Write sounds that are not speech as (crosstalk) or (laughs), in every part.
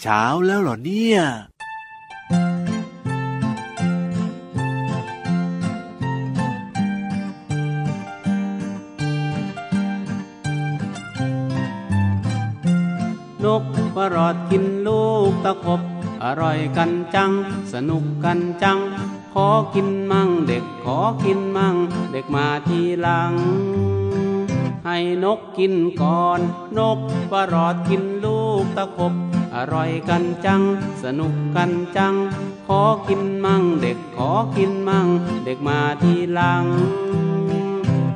เช้าแล้วเหรอเนี่ย นกกระรอดกินลูกตะขบ อร่อยกันจัง สนุกกันจัง ขอกินมั่งเด็กขอกินมั่ง เด็กมาทีหลัง ให้นกกินก่อน นกกระรอดกินลูกตะขบ อร่อยกันจัง สนุกกันจัง ขอกินมั่งเด็กขอกินมั่ง เด็กมาทีหลัง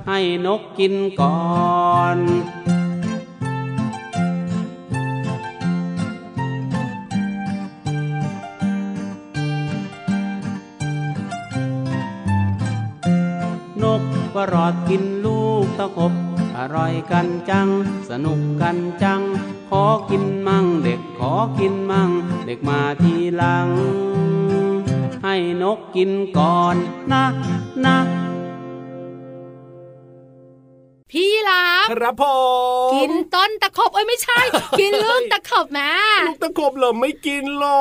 ให้นกกินก่อน นกกระรอดกินลูกตะขบ อร่อยกันจัง สนุกกันจัง ขอกินมั่งเด็กขอกินมั่ง เด็กมาทีหลัง ให้นกกินก่อนนะนะ พี่ยีราฟ ครับผม กินต้นตะขบเอ้ยไม่ใช่ (laughs) กินลูกตะขบแม่ ลูกตะขบเหรอไม่กินหรอ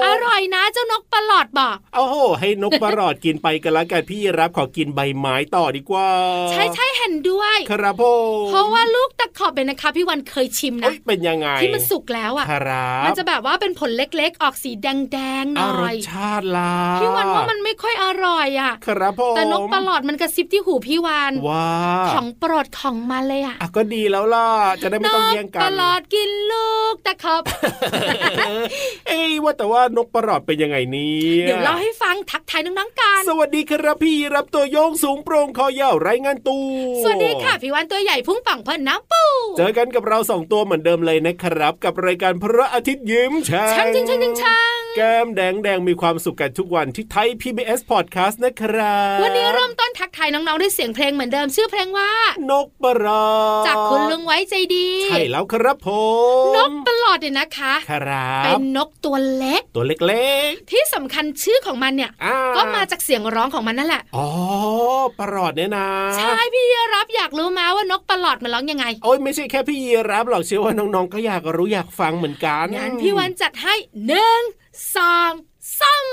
ก อร่อยนะเจ้านกประหลอดบอก โอ้โหให้นกประหลอดกินไปกันละกันพี่รับขอกินใบไม้ต่อดีกว่า ใช่ใช่เห็นด้วย ครับผม เพราะว่าลูกตะขบเป็นยนะคะ พี่วันเคยชิม เอ้ นะ ยเป็นยังไง ที่มันสุกแล้วอ่ะ ครับ มันจะแบบว่าเป็นผลเล็กๆ ออกสีแดงๆห อ่ะ น่ ร อ ส ย ชาติล่ะ พี่วันว่ามันไม่ค่อยอร่อยอ่ะ ครับผม แต่นกประหลอดมันกระซิบที่หูพี่วัน ว้า ของโปรดของมันเลยอ่ะ อ่ะก็ดีแล้วล่ะจะได้ไม่ต้องแย่งกัน ประหลอดกินลูกตะขบ เอ้ยว่าแต่ว่านกประหลอดเป็นยังไงเนี่ย เดี๋ยวเล่าให้ฟังทักทายน้องๆกัน สวัสดีครับพี่รับตัวโยงสูงโปร่งคอยาวไร้งานตู สวัสดีค่ะพี่วันตัวใหญ่พุ่งป่องเพิ่นน้ำปู เจอกันกับเราสองตัวเหมือนเดิมเลยนะครับ กับรายการพระอาทิตย์ยิ้มแฉ่ ช่างช่างช่างช่างช่าง แก้มแดงแดงมีความสุขกันทุกวันที่ไทย PBS Podcast นะครับ วันนี้เริ่มต้นทักทายน้องๆด้วยเสียงเพลงเหมือนเดิมชื่อเพลงว่า นกประหลอด จากคุณลุงไว้ใจดี ใช่แล้วครับผม นกประหลอดเนี่ยนะคะ ครับ เป็นนกตัวเล็ก ตัวเล็ก ที่สำคัญชื่อของมันเนี่ย ๆอ่า ก็มาจากเสียงร้องของมันนั่นแหละ อ๋อประหลอดเนี่ยนะ ใช่พี่รับอยากรู้มาว่านกประหลอดมันร้องยังไง โอ้ยไม่ใช่แค่พี่ยีรับหรอกเชื่อว่าน้องๆก็อยากรู้อยากฟังเหมือนกัน งั้นพี่วันจัดให้หนึ่งสองสาม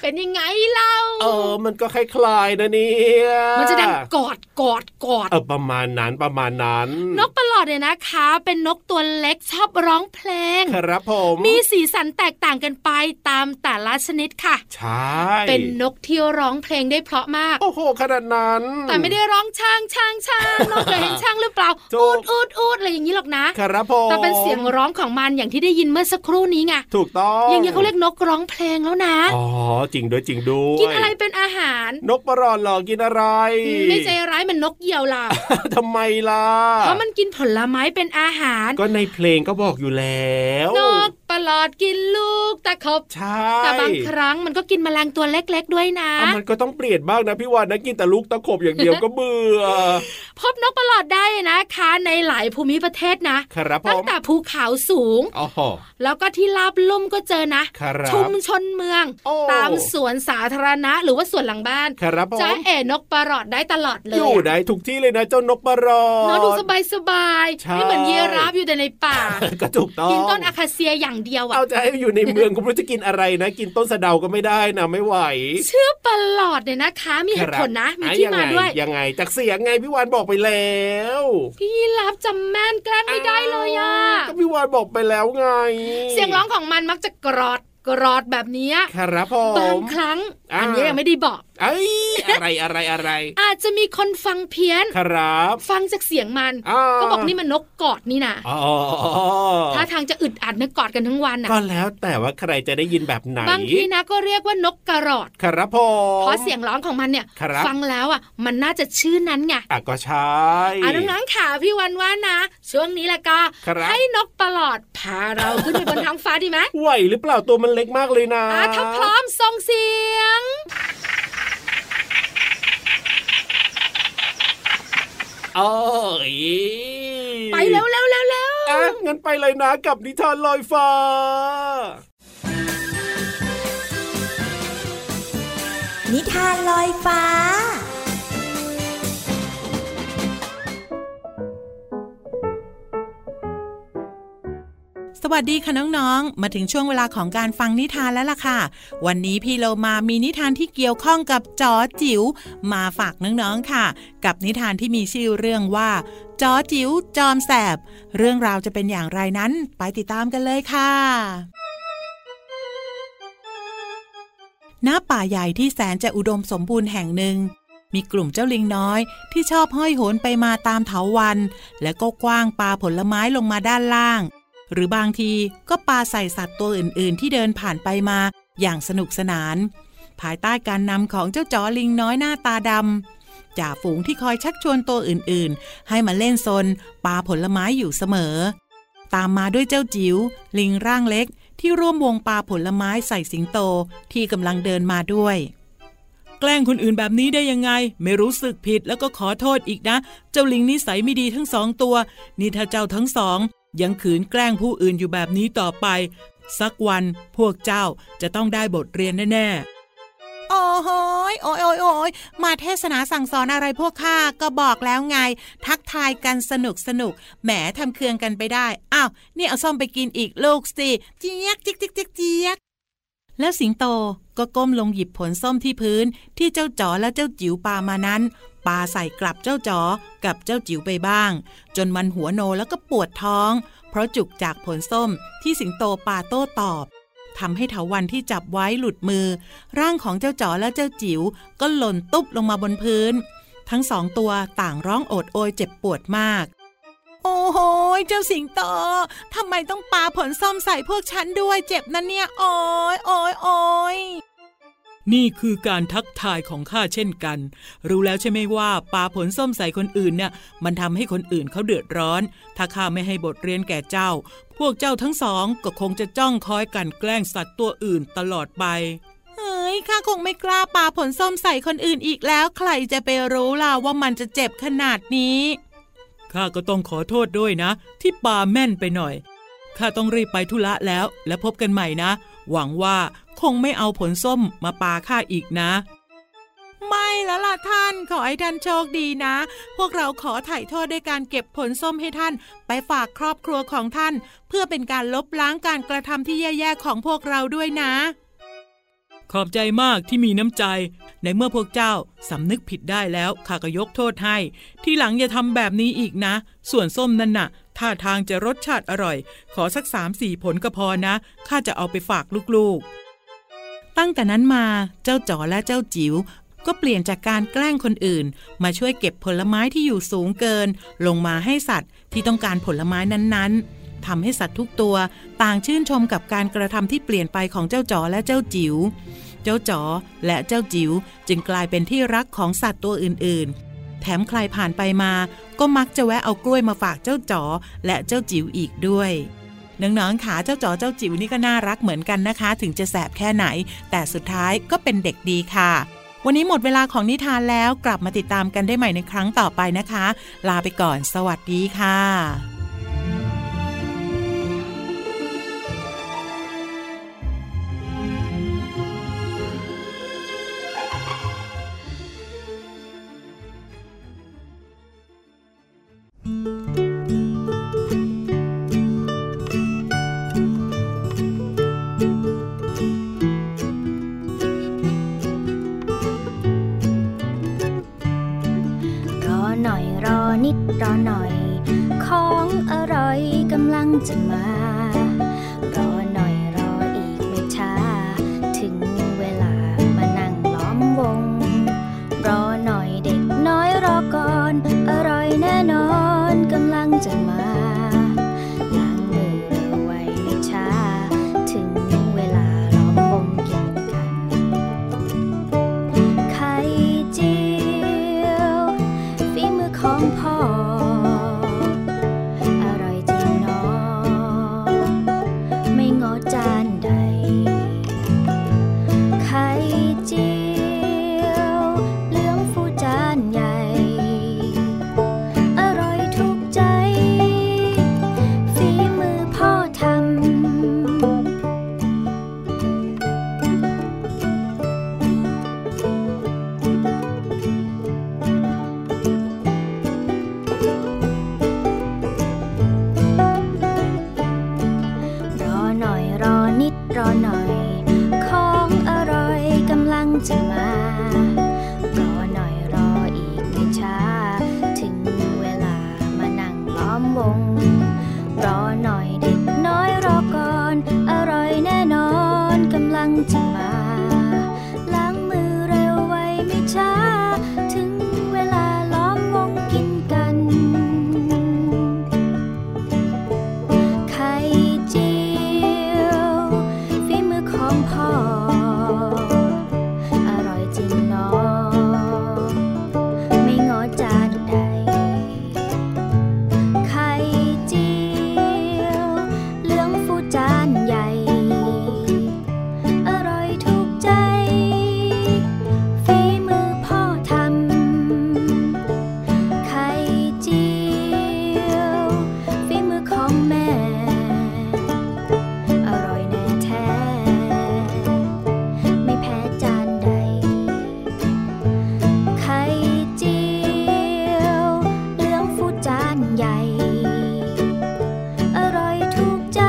เป็นยังไงเรา เออมันก็คล้ายๆนะเนี่ย มันจะดังกอดกอดกอด เออประมาณนั้นประมาณนั้น นกประหลอดเนี่ยนะคะ เป็นนกตัวเล็กชอบร้องเพลง ครับผม มีสีสันแตกต่างกันไปตามแต่ละชนิดค่ะ ใช่ เป็นนกที่ร้องเพลงได้เพราะมาก โอ้โหขนาดนั้น แต่ไม่ได้ร้องช่างช่าง (laughs) ช่างนกเคยเห็นช่างหรือเปล่า ถู อู ก ดอูดอูดอะไรอย่างนี้หรอกนะ ครับผม แต่เป็นเสียงร้องของมันอย่างที่ได้ยินเมื่อสักครู่นี้ไง ถูกต้อง อย่างนี้เขาเรียกนกร้องเพลงแล้วนะ อ๋อจริงด้วยจริงด้วย กินอะไรเป็นอาหาร นกประหลอดเหรอกินอะไร ไม่ใจร้ายเหมันนกเหยี่ยวล่ะ ทำไมล่ะ เพราะมันกินผลไม้เป็นอาหาร ก็ในเพลงก็บอกอยู่แล้ว นกประหลอดกินลูกตะขบ ใช่ แต่บางครั้งมันก็กินแมลงตัวเล็ก ๆ ด้วยนะ อ่ะมันก็ต้องเปลี่ยนบ้างนะพี่วานนะกินแต่ลูกตะขบอย่างเดียวก็เบื่อ พบนกประหลอดได้นะคะในหลายภูมิประเทศนะ ครับผ ตั้ง ม แต่ภูเขาสูง อ๋อ แล้วก็ที่ลาบลุ่มก็เจอนะ ครับ ชุมชนเมือง โอ้ ตามสวนสาธารณะหรือว่าสวนหลังบ้าน ครับผ จ้าม เอ๋นกประหลอดได้ตลอดเล อยู่ ย ไหนทุกที่เลยนะเจ้านกประหลอด เนอะดูสบายสบายๆ ใช่ ไม่เหมือนยีราฟอยู่แต่ในป่า ก็ถูกต้อง กินต้นอาคาเซียอย่างเดียวอะ เอาจะให้อยู่ในเมื (laughs) องก็ไม่รู้จะกินอะไรนะ กินต้นสะเดาก็ไม่ได้นะไม่ไหว ชื่อประหลอดเนี่ยนะคะ มีเหตุผลนะ มี อ่ะ ที่ ง มา ไง ด้วย ยังไงจากเสียงไงพี่วานบอกไปแล้ว พี่ยีราฟจำแม่นแกล้งไม่ได้เลยอะ ก็พี่วานบอกไปแล้วไง เสียงร้องของมันมักจะกรอดกรอดแบบเนี้ย ครับผ บาง ม ครั้ง อ่า อันนี้ยังไม่ได้บอก ไอ้ยอะไรอะไรอะไร อาจจะมีคนฟังเพี้ยน ครับ ฟังจากเสียงมัน อ่า ก็บอกนี่มันนกกอดนี่นะ อ๋อ ถ้าทางจะอึดอัดนะกอดกันทั้งวันนะ ก็แล้วแต่ว่าใครจะได้ยินแบบไหน บางทีนะก็เรียกว่านกกระรอด ครับผม เพราะเสียงร้องของมันเนี่ย ครับ ฟังแล้วอ่ะมันน่าจะชื่อนั้นไง อ่ะก็ใช่ อ่ะน้องๆค่ะพี่วันว่านะ ช่วงนี้ละก็ ครับ ให้นกประหลอดพาเราขึ้นไปบนท้องฟ้าดีไหม ไหวหรือเปล่าตัวมันเล็กมากเลยนะ อ่ะถ้าพร้อมส่งเสียง โอ้ย ไปเร็วเร็วเร็วเร็ว อ่ะงั้นไปเลยนะกับนิทานลอยฟ้า นิทานลอยฟ้า วัสดีค่ะน้องๆ มาถึงช่วงเวลาของการฟังนิทานแล้วล่ะค่ะ วันนี้พี่เรามามีนิทานที่เกี่ยวข้องกับจอจิ๋วมาฝากน้องๆค่ะ กับนิทานที่มีชื่อเรื่องว่าจอจิ๋วจอมแสบ เรื่องราวจะเป็นอย่างไรนั้นไปติดตามกันเลยค่ะ ณป่าใหญ่ที่แสนจะอุดมสมบูรณ์แห่งหนึ่ง มีกลุ่มเจ้าลิงน้อยที่ชอบห้อยโหนไปมาตามเถาวัน และก็กว้างปลาผลไม้ลงมาด้านล่าง หรือบางทีก็ปาใส่สัตว์ตัวอื่นๆ ที่เดินผ่านไปมาอย่างสนุกสนาน ภายใต้การนำของเจ้าจ๋อลิงน้อยหน้าตาดำจ่าฝูงที่คอยชักชวนตัวอื่นๆ ให้มาเล่นซนปาผลไม้อยู่เสมอ ตามมาด้วยเจ้าจิ๋วลิงร่างเล็กที่ร่วมวงปาผลไม้ใส่สิงโตที่กำลังเดินมาด้วย แกล้งคนอื่นแบบนี้ได้ยังไง ไม่รู้สึกผิดแล้วก็ขอโทษอีกนะ เจ้าลิงนิสัยไม่ดีทั้งสองตัว นี่ถ้าเจ้าทั้งสอง ยังขืนแกล้งผู้อื่นอยู่แบบนี้ต่อไป สักวันพวกเจ้าจะต้องได้บทเรียนแน่ๆโอ้โหยโอ้ยโอ้ยโอ้ยมาเทศนาสั่งสอนอะไรพวกข้าก็บอกแล้วไง ทักทายกันสนุกสนุกแหมทำเคืองกันไปได้อ้าวนี่เอาส้มไปกินอีกลูกสิเจี๊ยกเจี๊ยกเจี๊ยกเจี๊ยกเจี๊ยก แล้วสิงโตก็ก้มลงหยิบผลส้มที่พื้น ที่เจ้าจ๋อและเจ้าจิ๋วปามานั้นปาใส่กลับเจ้าจ๋อกับเจ้าจิ๋วไปบ้าง จนมันหัวโนแล้วก็ปวดท้อง เพราะจุกจากผลส้มที่สิงโตปาโต้ตอบทำให้เถาวันที่จับไว้หลุดมือ ร่างของเจ้าจ๋อและเจ้าจิ๋วก็หล่นตุ๊บลงมาบนพื้น ทั้งสองตัวต่างร้องโอดโอยเจ็บปวดมาก โอ้โห เจ้าสิงโต ทำไมต้องปาผลส้มใส่พวกฉันด้วยเจ็บนะเนี่ย โอ้ยโอ้ยโอ้ยนี่คือการทักทายของข้าเช่นกัน รู้แล้วใช่ไหมว่าปาผลส้มใส่คนอื่นเนี่ย มันทำให้คนอื่นเขาเดือดร้อน ถ้าข้าไม่ให้บทเรียนแก่เจ้า พวกเจ้าทั้งสองก็คงจะจ้องคอยกลันแกล้งสัตว์ตัวอื่นตลอดไป เฮ้ย ข้าคงไม่กล้าปาผลส้มใส่คนอื่นอีกแล้ว ใครจะไปรู้ล่ะว่ามันจะเจ็บขนาดนี้ ข้าก็ต้องขอโทษด้วยนะ ที่ปาแม่นไปหน่อย ข้าต้องรีบไปธุระแล้ว และพบกันใหม่นะ หวังว่าคงไม่เอาผลส้มมาปาข้าอีกนะ ไม่แล้วล่ะท่านขอให้ท่านโชคดีนะ พวกเราขอถ่ายโทษด้วยการเก็บผลส้มให้ท่าน ไปฝากครอบครัวของท่าน เพื่อเป็นการลบล้างการกระทำที่แย่ๆของพวกเราด้วยนะ ขอบใจมากที่มีน้ำใจ ในเมื่อพวกเจ้าสำนึกผิดได้แล้วข้าก็ยกโทษให้ ที่หลังอย่าทำแบบนี้อีกนะ ส่วนส้มนั่นน่ะท่าทางจะรสชาติอร่อย ขอสักสามสี่ผลก็พอนะข้าจะเอาไปฝากลูกๆ ตั้งแต่นั้นมาเจ้าจ๋อและเจ้าจิ๋วก็เปลี่ยนจากการแกล้งคนอื่น มาช่วยเก็บผลไม้ที่อยู่สูงเกิน ลงมาให้สัตว์ที่ต้องการผลไม้นั้นๆทำให้สัตว์ทุกตัว ต่างชื่นชมกับการกระทำที่เปลี่ยนไปของเจ้าจ๋อและเจ้าจิ๋ว เจ้าจ๋อและเจ้าจิ๋วจึงกลายเป็นที่รักของสัตว์ตัวอื่นๆ แถมใครผ่านไปมาก็มักจะแวะเอากล้วยมาฝากเจ้าจ๋อและเจ้าจิ๋วอีกด้วย น้องๆขาเจ้าจ๋อเจ้าจิ๋วนี่ก็น่ารักเหมือนกันนะคะ ถึงจะแสบแค่ไหน แต่สุดท้ายก็เป็นเด็กดีค่ะ วันนี้หมดเวลาของนิทานแล้วกลับมาติดตามกันได้ใหม่ในครั้งต่อไปนะคะ ลาไปก่อน สวัสดีค่ะ รอหน่อยรอนิดรอหน่อย ของอร่อยกำลังจะมา รอหน่อยรออีกไม่ช้า ถึงเวลามานั่งล้อมวง รอหน่อยเด็กน้อยรอก่อน อร่อยแน่นอนกำลังจะมาล้างมือเร็วไวไม่ช้า ถึงเวลาล้อมวงกินกัน ไข่เจียว ฝีมือของพ่อ อร่อยจริงเนาะ อหน่อย ของอร่อยกำลังจะมา รอหน่อยรออีกไม่ช้า ถึงเวลามานั่งล้อมวง รอหน่อยเด็กน้อยรอก่อน อร่อยแน่นอนกำลังจะมา ล้างมือเร็วไว้ไม่ช้า ถึงเวลาล้อมวงกินกัน ไข่เจียวฝีมือของพ่อ อร่อยจริงเนาะไม่งอจานใด ไข่เจียวเหลืองฟูจานใหญ่ อร่อยถูกใจฝีมือพ่อทำ ไข่เจียวฝีมือของแม่ อร่อยแน่แท้ ไม่แพ้จานใด ไข่เจียวเหลืองฟูจานใหญ่ อร่อยถูกใจ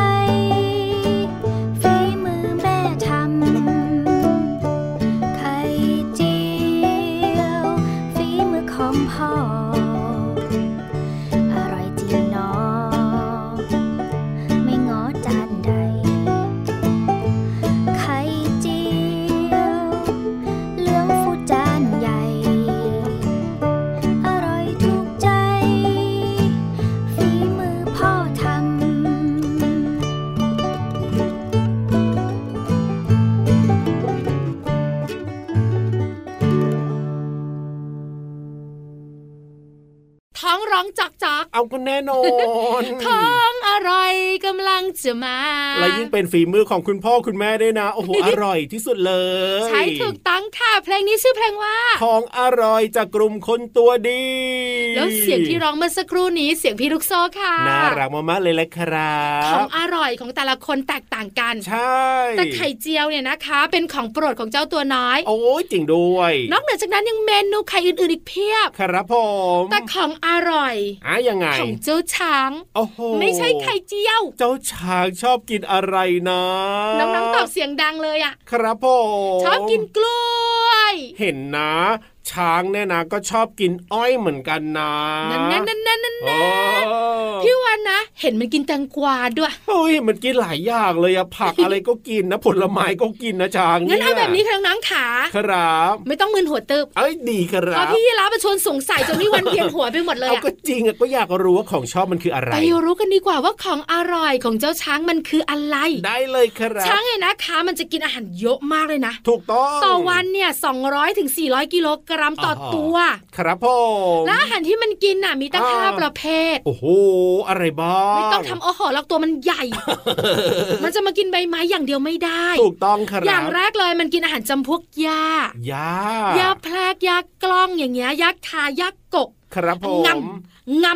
ฝีมือแม่ทำ ไข่เจียวฝีมือของพ่อ อร่อยจริงเนาะไม่ง้อจานใด ไข่เจียวเหลืองฟูจานใหญ่ อร่อยถูกใจฝีมือพ่อทำ ท้องร้องจอกจอก เอาก็แน่นอน ท้องอร่อยกำลังจะมา และยิ่งเป็นฝีมือของคุณพ่อคุณแม่ด้วยนะ (laughs) โอ้โห อร่อยที่สุดเลย ใช้ถูกต้องค่ะเพลงนี้ชื่อเพลงว่า ของอร่อยจากกลุ่มคนตัวดี แล้วเสียงที่ร้องเมื่อสักครู่นี้เสียงพี่ลูกโซ่ค่ะ น่ารักมากๆเลยแหละครั ของ บ อร่อยของแต่ละคนแตกต่างกัน ใช่ แต่ไข่เจียวเนี่ยนะคะ เป็นของโปรดของเจ้าตัวน้อย โอ้ยจริงด้วย นอกเหนือจากนั้นยังเมนูไข่อื่นๆอีกเพียบ ครับผม แต่ของอร่อย อ่ะยังไง ของเจ้าช้าง โอ้โห ไม่ใช่ไข่เจียว เจ้าช้างชอบกินอะไรนะ น้องๆตอบเสียงดังเลยอ่ะ ครับผม ชอบกินกล้วย เห็นนะ ช้างเนี่ยนะก็ชอบกินอ้อยเหมือนกันนะ นั่นนั่นนั่นนั่นนั่น โอ้ พี่วันนะ เห็นมันกินแตงกวาด้วย โอ้ยมันกินหลายอย่างเลยอะผัก อะไรก็กินนะ (laughs) ผลไม้ก็กินนะช้าง งั้น ย เอาแบบนี้ค่ะน้องๆขา ครับ ไม่ต้องมึนหัวเติบ เอ้ยดีค พอ รับ พี่ยีรับมาชวนสงสัยจนพี่วันเพียนหัวไปหมดเลย เอา อะ ก็จริงอะก็อยากรู้ว่าของชอบมันคืออะไร ไปรู้กันดีกว่าว่าของอร่อยของเจ้าช้างมันคืออะไร ได้เลยครั ช้า บ งเนี่ยนะคะ มันจะกินอาหารเยอะมากเลยนะ ถูกต้อง ต่อวันเนี่ย200ถึง400 กิโลกรัมต่อตัว ครับผม และอาหารที่มันกินน่ะมีตั้ง อ่า ห้าประเภท โอ้โห อะไรบ้าง ไม่ต้องทำโอโหหรอกตัวมันใหญ่ (laughs) มันจะมากินใบไม้อย่างเดียวไม่ได้ ถูกต้องครับ อย่างแรกเลยมันกินอาหารจำพวกหญ้าย า หญ้าแพรกหญ้ากล้องอย่างเงี้ยหญ้าคาหญ้ากก ครับผม งำ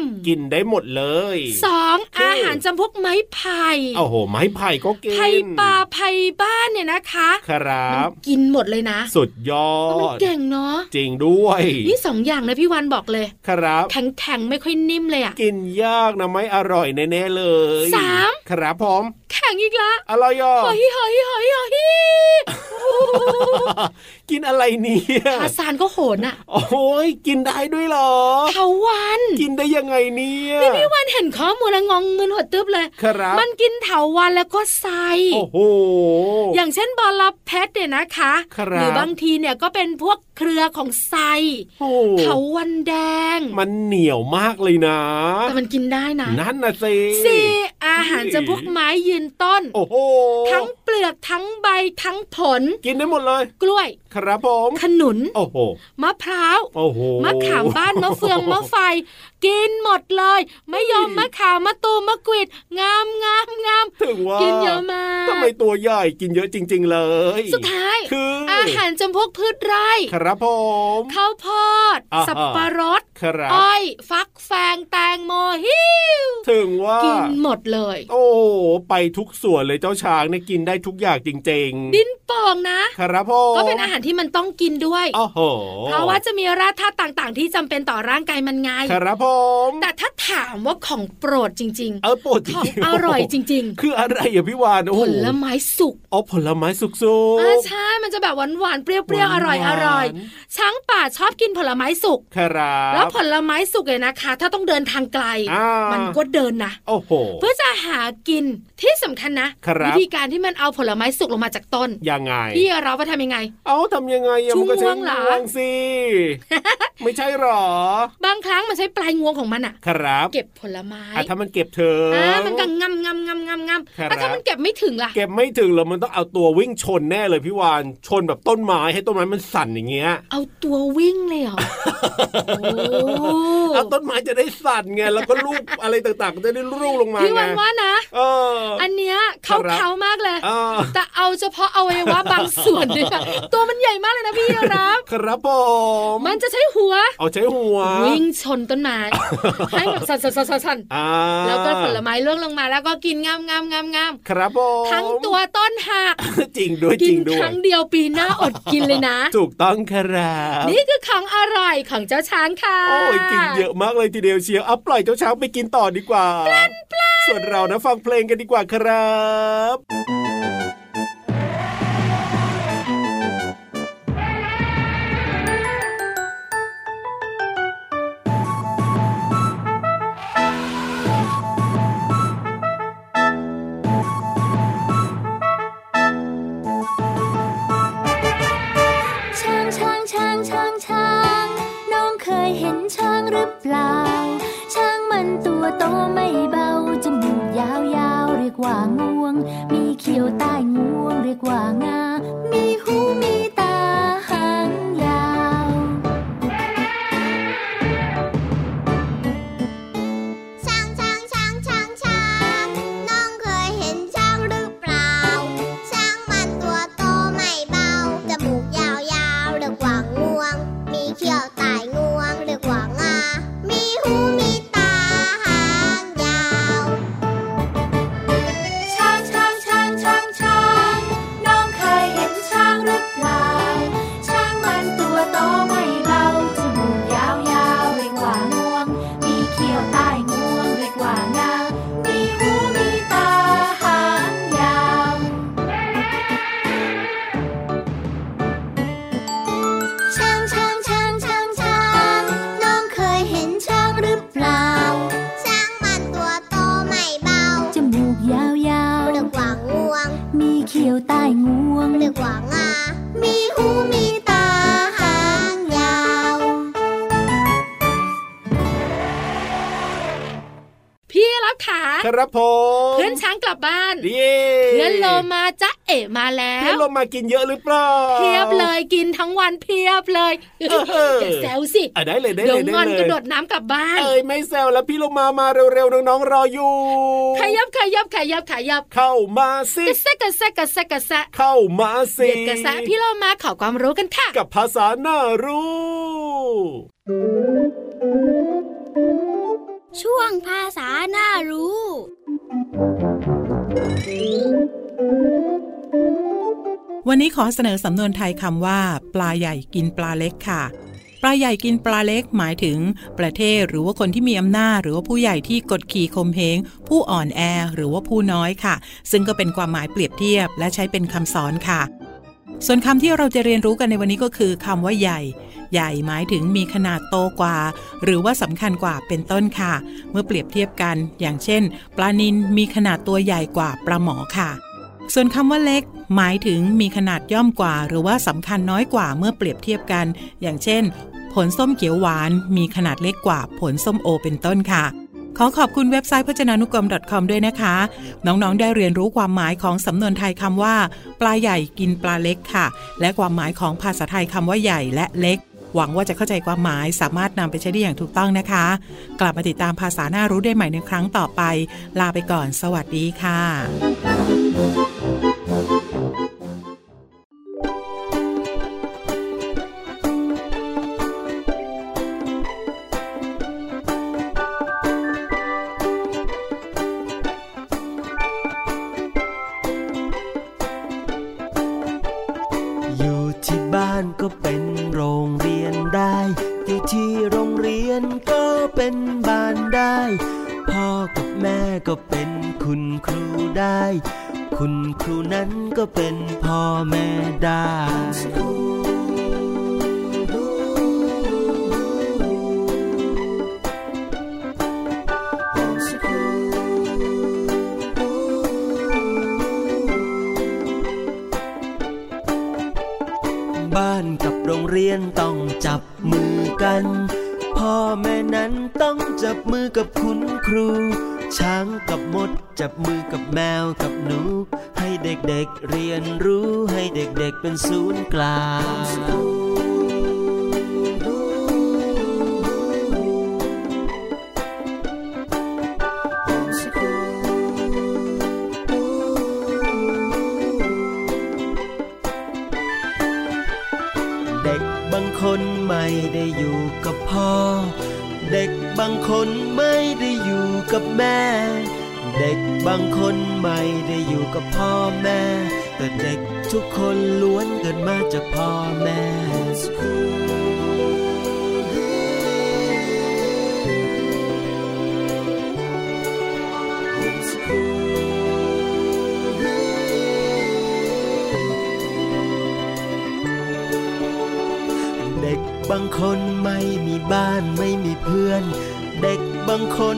ง กินได้หมดเลย ำสอง คือ อาหารจำพวกไม้ไผ่ โอ้โห ไม้ไผ่ก็กิน ไผ่ป่าไผ่บ้านเนี่ยนะคะ ครับ กินหมดเลยนะ สุดยอ โอ้มัน ด เก่งเนาะ จริงด้วย นี่สองอย่างนะพี่วันบอกเลย ครับ แข็งแข็งๆไม่ค่อยนิ่มเลยอะ กินยากนะไม่อร่อยแน่ๆเลย สาม ครับผม แข็งอีกละ อร่อยอ่ะ หอยหอยหอยหอย กินอะไรเนี่ย อาซานก็โหนอะ โอ้ยกินได้ด้วยเหรอ เทาวัน กินได้ยังไงเนี่ย นี่พี่วันเห็นข้อมูลแล้วงงมึนหัวตึ๊บเลย ครับ มันกินเถาวันแล้วก็ไซ โอ้โห อย่างเช่นบอลลับเพชรเนี่ยนะคะ ครับ หรือบางทีเนี่ยก็เป็นพวกเครือของไซ โอ้ เถาวันแดง มันเหนียวมากเลยนะ แต่มันกินได้นะ นั่นนะสิ สี่อาหารจะพวกไม้ยืนต้น โอ้โห ทั้งเปลือกทั้งใบทั้งผล กินได้หมดเลย กล้วย ครับผม ขนุน โอ้โห มะพร้าว โอ้โห มะขามบ้านมะเฟืองมะไฟ กินหมดเลย ไม่ยอมมะขามมะตูมมะกรีดงามงามงาม ถึงว่า กิ กิ นเยอะมา ทำไม ก ตัวใหญ่กินเยอะจริง ๆ เลย สุดท้าย คือ อาหารจำพวกพืชไร่ ครับผม ข้าวโพด อ่าฮะ สับปะรด ค ครับ อ้อย ฟักแฟงแตงโมฮิว ถึงว่า กินหมดเลย โอ้โหไปทุกส่วนเลยเจ้าช้างเนี่ยกินได้ทุกอย่างจริง ดิ้นโป่งนะ ๆ ครับผม ก็เป็นอาหารที่มันต้องกินด้วย โอ้โห เพราะว่าจะมีแร่ธาตุต่างๆ ที่จำเป็นต่อร่างกายมันไง ครับผม แต่ถ้าถามว่าของโปรดจริง เออโปรดจ ๆ ริงๆของอร่อยจริง คืออะไรอ่ะพี่วาน ๆ โอ้ ผ โห ลไม้สุก อ๋อผลไม้สุกๆ อ่าใช่ มันจะแบบหวานๆ เปรี้ยวๆ อร่อย ห อ วานๆ ร่อย ช้างป่าชอบกินผลไม้สุก ครับ แล้วผลไม้สุกเนี่ยนะคะ ถ้าต้องเดินทางไกล อ่า มันก็เดินนะ โอ้โห เพื่อจะหากินที่สำคัญนะครับ วิธีการที่มันเอาผลไม้สุกลงมาจากต้น ยังไง พี่เราว่าทำยังไง เอาทำยังไงอะมันก็ ชู ใช้ งวงเหรงอวงสิ (laughs) ไม่ใช่หรอ บางครั้งมันใช้ปลายงวงของมันอะ ครับ เก็บผลไม้ อ่ะถ้ามันเก็บเธออ อ่ามันก็งำงำงำงำงำ ครับ แล้วถ้ามันเก็บไม่ถึงล่ะ เก็บไม่ถึงแล้วมันต้องเอาตัววิ่งชนแน่เลยพี่วานชนแบบต้นไม้ให้ต้นไม้มันสั่นอย่างเงี้ย เอาตัววิ่งเลยเหรอ โอ้ เอาต้นไม้จะได้สั่นไงแล้วก็ลูก อะไรต่างๆก็จะได้ร่วงลงมา พี่ ไง วันว่านะ เอออ อันเนี้ยเข้า ครับ เขามากเลย เออ แต่เอาเฉพาะอวัยวะบางส่วน (laughs) เนี่ยตัวมันใหญ่มากเลยนะพี่รับ ครับผม มันจะใช้หัว เอาใช้หัว วิ่งชนต้นไม้ให้แบบสั่นสั่นสั่นสั่นสั่น อ่า แล้วก็ผลไม้ล่วงลงมาแล้วก็กินงามงามงามงาม ครับผม ทั้งตัวต้นหัก จริงด้วย กิ จริ น งด้ คว รั้ ย งเดียวปีหน้าอดกิน (laughs) เลยนะ ถูกต้องครับ นี่คือของอร่อยของเจ้าช้างค่ะ โอ้ยกินเยอะมากเลยทีเดียวเชียวเอาปล่อยเจ้าช้างไปกินต่อดีกว่าส่วนเรานะฟังเพลงกันดีกว่าครับ ช้างช้างช้างช้างช้าง น้องเคยเห็นช้างหรือเปล่า ช้างมันตัวโตไม่เบา จมูกยาวยาวๆเรียกว่างวง มีเขียวใต้งวงเรียกว่างา มีหูมีตาหางยาว ช้างช้างช้างช้างช้าง น้องเคยเห็นช้างหรือเปล่า ช้างมันตัวโตไม่เบา จมูกยาวยาวๆเรียกว่างวง มีเขี้ยวไต่งวงเรียกว่างา มีหูมีตาหางยาว ช้างช้างช้างช้างช้าง น้องเคยเห็นช้างหรือเปล่า ช้างมันตัวโตไม่เบา จมูกยาวยาวๆเรียกว่างวง มีเขียวใต้งวงเรียกว่างา มีหูมีตาหางยาว ช้างช้างช้างช้างช้างน้องเคยเห็นช้างหรือเปล่า ช้างมันตัวโตไม่เบา จมูกยาวๆ เรียกว่างวง มีเขียวใต้งวง เรียกว่างา มีหูมีตาหางยาว พี่รับขา ครับผม เพื่อนช้างกลับบ้าน เย้ เพื่อนโลมาจ๊ะเอ๋มาแล้ เพื่อน ว โลมากินเยอะหรือเปล่า เพียบเลยกินทั้งวันเพียบเลย เออ อย่าแซวสิ อ่ะได้เลยได้ เดี๋ เลย วย งอน ไเลย กระโดดน้ำกลับบ้าน เอ้ยไม่แซวแล้วพี่โลมามาเร็วๆน้องๆรออยู่ ขยับขยับขยับขยับ เข้ามาสิ กระแซะกระแซะกระแซะกระแซะ เข้ามาสิ เด็ดกระแซะพี่เรามาขอความรู้กันค่ะ กับภาษาหน้ารู้ ช่วงภาษาหน้ารู้ วันนี้ขอเสนอสำนวนไทยคำว่า ปลาใหญ่กินปลาเล็กค่ะ ปลาใหญ่กินปลาเล็กหมายถึง ประเทศหรือว่าคนที่มีอำนาจหรือว่าผู้ใหญ่ที่กดขี่ข่มเหงผู้อ่อนแอหรือว่าผู้น้อยค่ะ ซึ่งก็เป็นความหมายเปรียบเทียบและใช้เป็นคำสอนค่ะ ส่วนคำที่เราจะเรียนรู้กันในวันนี้ก็คือคำว่าใหญ่ ใหญ่หมายถึงมีขนาดโตกว่า หรือว่าสำคัญกว่าเป็นต้นค่ะ เมื่อเปรียบเทียบกัน อย่างเช่น ปลานิลมีขนาดตัวใหญ่กว่าปลาหมอค่ะ ส่วนคำว่าเล็ก หมายถึงมีขนาดย่อมกว่า หรือว่าสำคัญน้อยกว่าเมื่อเปรียบเทียบกัน อย่างเช่น ผลส้มเขียวหวานมีขนาดเล็กกว่าผลส้มโอเป็นต้นค่ะ ขอขอบคุณเว็บไซต์พจนานุกรม .com ด้วยนะคะ น้องๆ ได้เรียนรู้ความหมายของสำนวนไทยคำว่า ปลาใหญ่กินปลาเล็กค่ะ และความหมายของภาษาไทยคำว่าใหญ่และเล็ก หวังว่าจะเข้าใจความหมายสามารถนำไปใช้ได้อย่างถูกต้องนะคะ กลับมาติดตามภาษาหน้ารู้ได้ใหม่ในครั้งต่อไป ลาไปก่อน สวัสดีค่ะ ภ ก็เป็นโรงเรียนได้ที่ที่โรงเรียนก็เป็นบ้านได้ พ่อกับแม่ก็เป็นคุณครูได้ คุณครูนั้นก็เป็นพ่อแม่ได้ บ้านกับโรงเรียนต้องจับมือกัน พ่อแม่นั้นต้องจับมือกับคุณครู ช้างกับมดจับมือกับแมวกับหนู ให้เด็กๆเรียนรู้ให้เด็กๆเป็นศูนย์กลาง เด็กบางคนไม่ได้อยู่กับพ่อ เด็กบางคนไม่ได้อยู่กับแม่ เด็กบางคนไม่ได้อยู่กับพ่อแม่ แต่เด็กทุกคนล้วนเกิดมาจากพ่อแม่ เด็กบางคนไม่มีบ้านไม่มีเพื่อน เด็กบางคน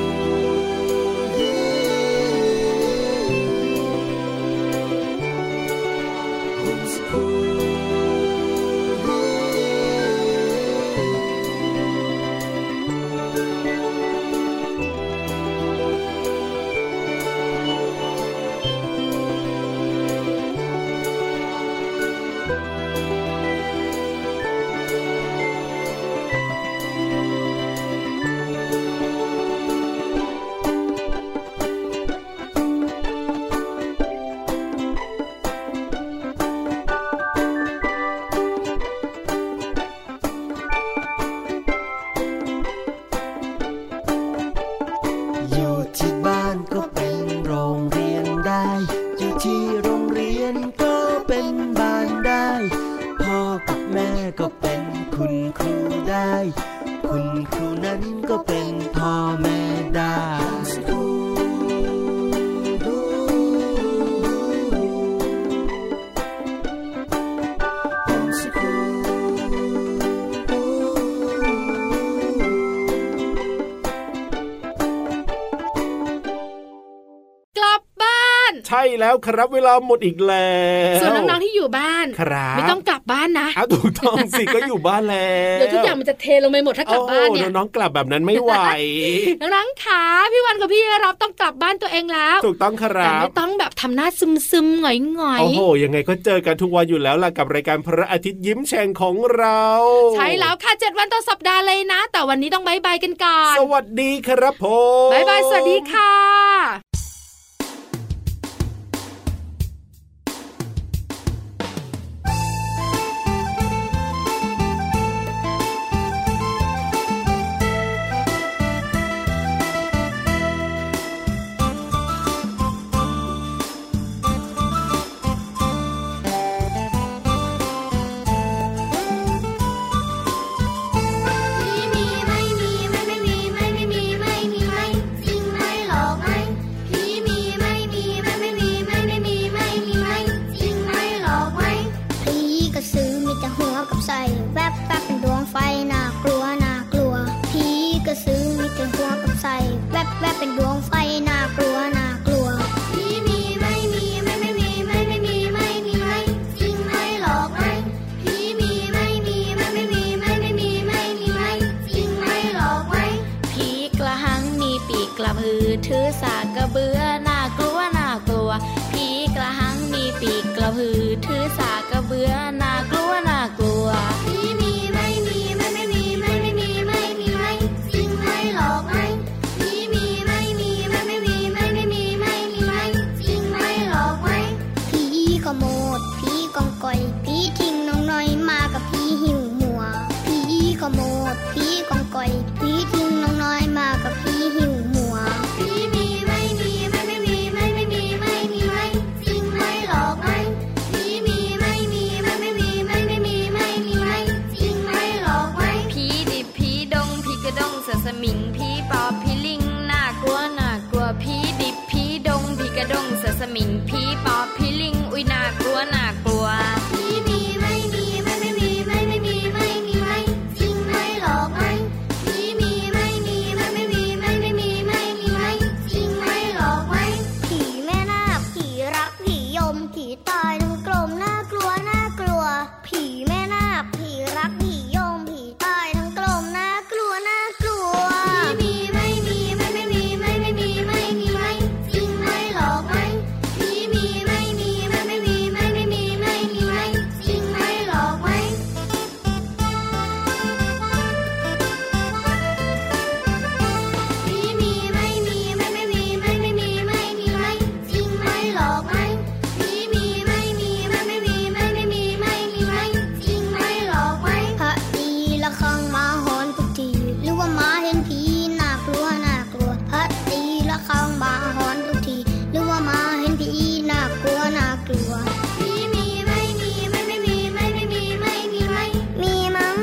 อยู่ที่บ้านก็เป็นโรงเรียนได้ อยู่ที่โรงเรียนก็เป็นบ้านได้ พ่อกับแม่ก็เป็นคุณครูได้ คุณครูนั้นก็เป็นพ่อแม่ได้ กลับบ้าน ใช่แล้วครับเวลาหมดอีกแล้ว ส่วนน้องๆที่อยู่บ้าน ครับ ไม่ต้องกลับบ้านนะ เอาถูกต้องสิก็อยู่บ้านแล้ว เดี๋ยวทุกอย่างมันจะเทลงไปหมดถ้ากลับบ้านเนี่ย โอ้โหน้องๆกลับแบบนั้นไม่ (laughs) ไหว น้องๆขาพี่วันกับพี่รับต้องกลับบ้านตัวเองแล้ว ถูกต้องค แต่ รั ไม่ บ ต้องแบบทำหน้าซึมซึมๆหงอยหงอย โอ้โห ยังไงก็เจอกันทุกวันอยู่แล้วล่ะกับรายการพระอาทิตย์ยิ้มแฉ่งของเรา ใช่แล้วค่ะเจ็ดวันต่อสัปดาห์เลยนะ แต่วันนี้ต้องบายบายกันก่อน สวัสดีครับผม บายบาย สวัสดีค่ะ มีมีไม่มีไม่ไม่มีไม่ไม่มีไม่มีไม่จริงไหมหลอกไหมผีมีไม่มีไม่ไม่มีไม่ไม่มีไม่มีไม่จริงไหมหลอกไหมผีกระสือมีแต่หัวกับไส้แวบแวบเป็นดวงไฟน่ากลัวน่ากลัวผีกระสือมีแต่หัวกับไส้แวบแวบเป็นดวงไฟน่ากลัวน่ากลัวผีมีไม่มีไม่ไม่มีไม่ไม่มีไม่มีไม่จริงไหมหลอกไหม ผีมีไม่มีไม่ไม่มีไม่ไม่มีไม่มีไม่จริงไหมหลอกไหม ผีกระหังมีปีกกระพือถือสากกระเบือน่ากลัวน่ากลัวผีกระหังมีปีกกระพือถือสากกระเบือน่ากลัวน่ากลัว ผีมีไม่มีไม่ไม่มีไม่ไม่มีไม่มีไม่จริงไหมหลอกไหมผีมีไม่มีไม่ไม่มีไม่ มิงผีปอบผีลิงอุ้ยน่ากลัวน่ากลัว มีมีไม่มีไม่ไม่มีไม่ไม่มีไม่มีไม่จริงไม่หลอกไม่มีมีไม่มีไม่ไม่มีไม่ไม่มีไม่มีไม่จริงไม่หลอกไม่ผีแม่นาคผีรักผียมผีตายทั้งกลมน่ากลัวน่ากลัว ผีแม่นาคผีรักผียมผีตายทั้งกลมน่ากลัวน่ากลัวมีมีไม่มีไม่ไม่มีไม่ไม่มีไม่มีไม่จริงไม่หลอกไม่ มีมีไม่มีไม่ไม่มีไม่ไม่มีไม่มีไม่จริงไม่หลอกไม่ มีมีไม่มีไม่ไม่มีไม่ไม่มีไม่มีไม่จริงไม่หลอกไม่ มีมีไม่มีไม่ไม่มีไม่ไม่มีไม่มีไม่จริงไม่หลอกไม่พระดีละครั้งมาหอนทุกทีหรือว่ามาเห็นผีน่ากลัวน่ากลัวพระดีละครั้งมาหอนทุกทีหรือว่ามาเห็นผีน่ากลัวน่ากลัว มีมีไม่มีไม่ไม่มีไม่ไม่มีไม่มีไม่มีมั้ง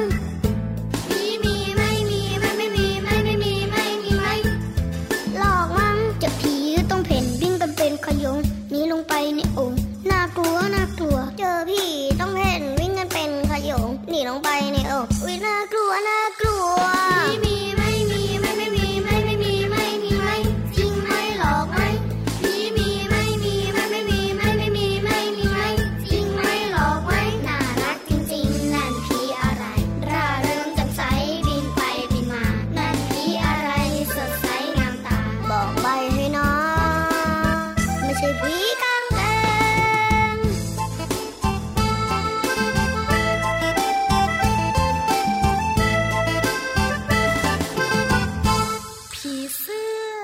มีมีไม่มีไม่ไม่มีไม่ไม่มีไม่มีไม่หลอกมั้งจะผีต้องเพ่นวิ่งกันเป็นขโยงหนีลงไปในโองน่ากลัวน่ากลัว เจอผีต้องเพ่นวิ่งกันเป็นขโยงหนีลงไปในโองอุ้ยน่ากลัวน่ากลัว มีมีไม่มีไม่ไม่มีไม่ไม่มีไม่มีไม่จริงไม่หลอกไม่ มีมีไม่มีไม่ไม่มีไม่ไม่มีไม่มีไม่จริงไม่หลอกไม่น่ารักจริงๆ นั่นผีอะไร ร่าเริงแจ่มใสบินไปบินมา นั่นผีอะไรสดใสงามตา บอกใบให้นะ ไม่ใช่ผีกางเกง ผีเสื้อ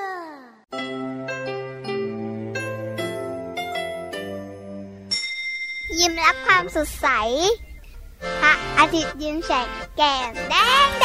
ยิ้มรับความสดใส พระอาทิตย์ยิ้มแฉกแก้มแดงแด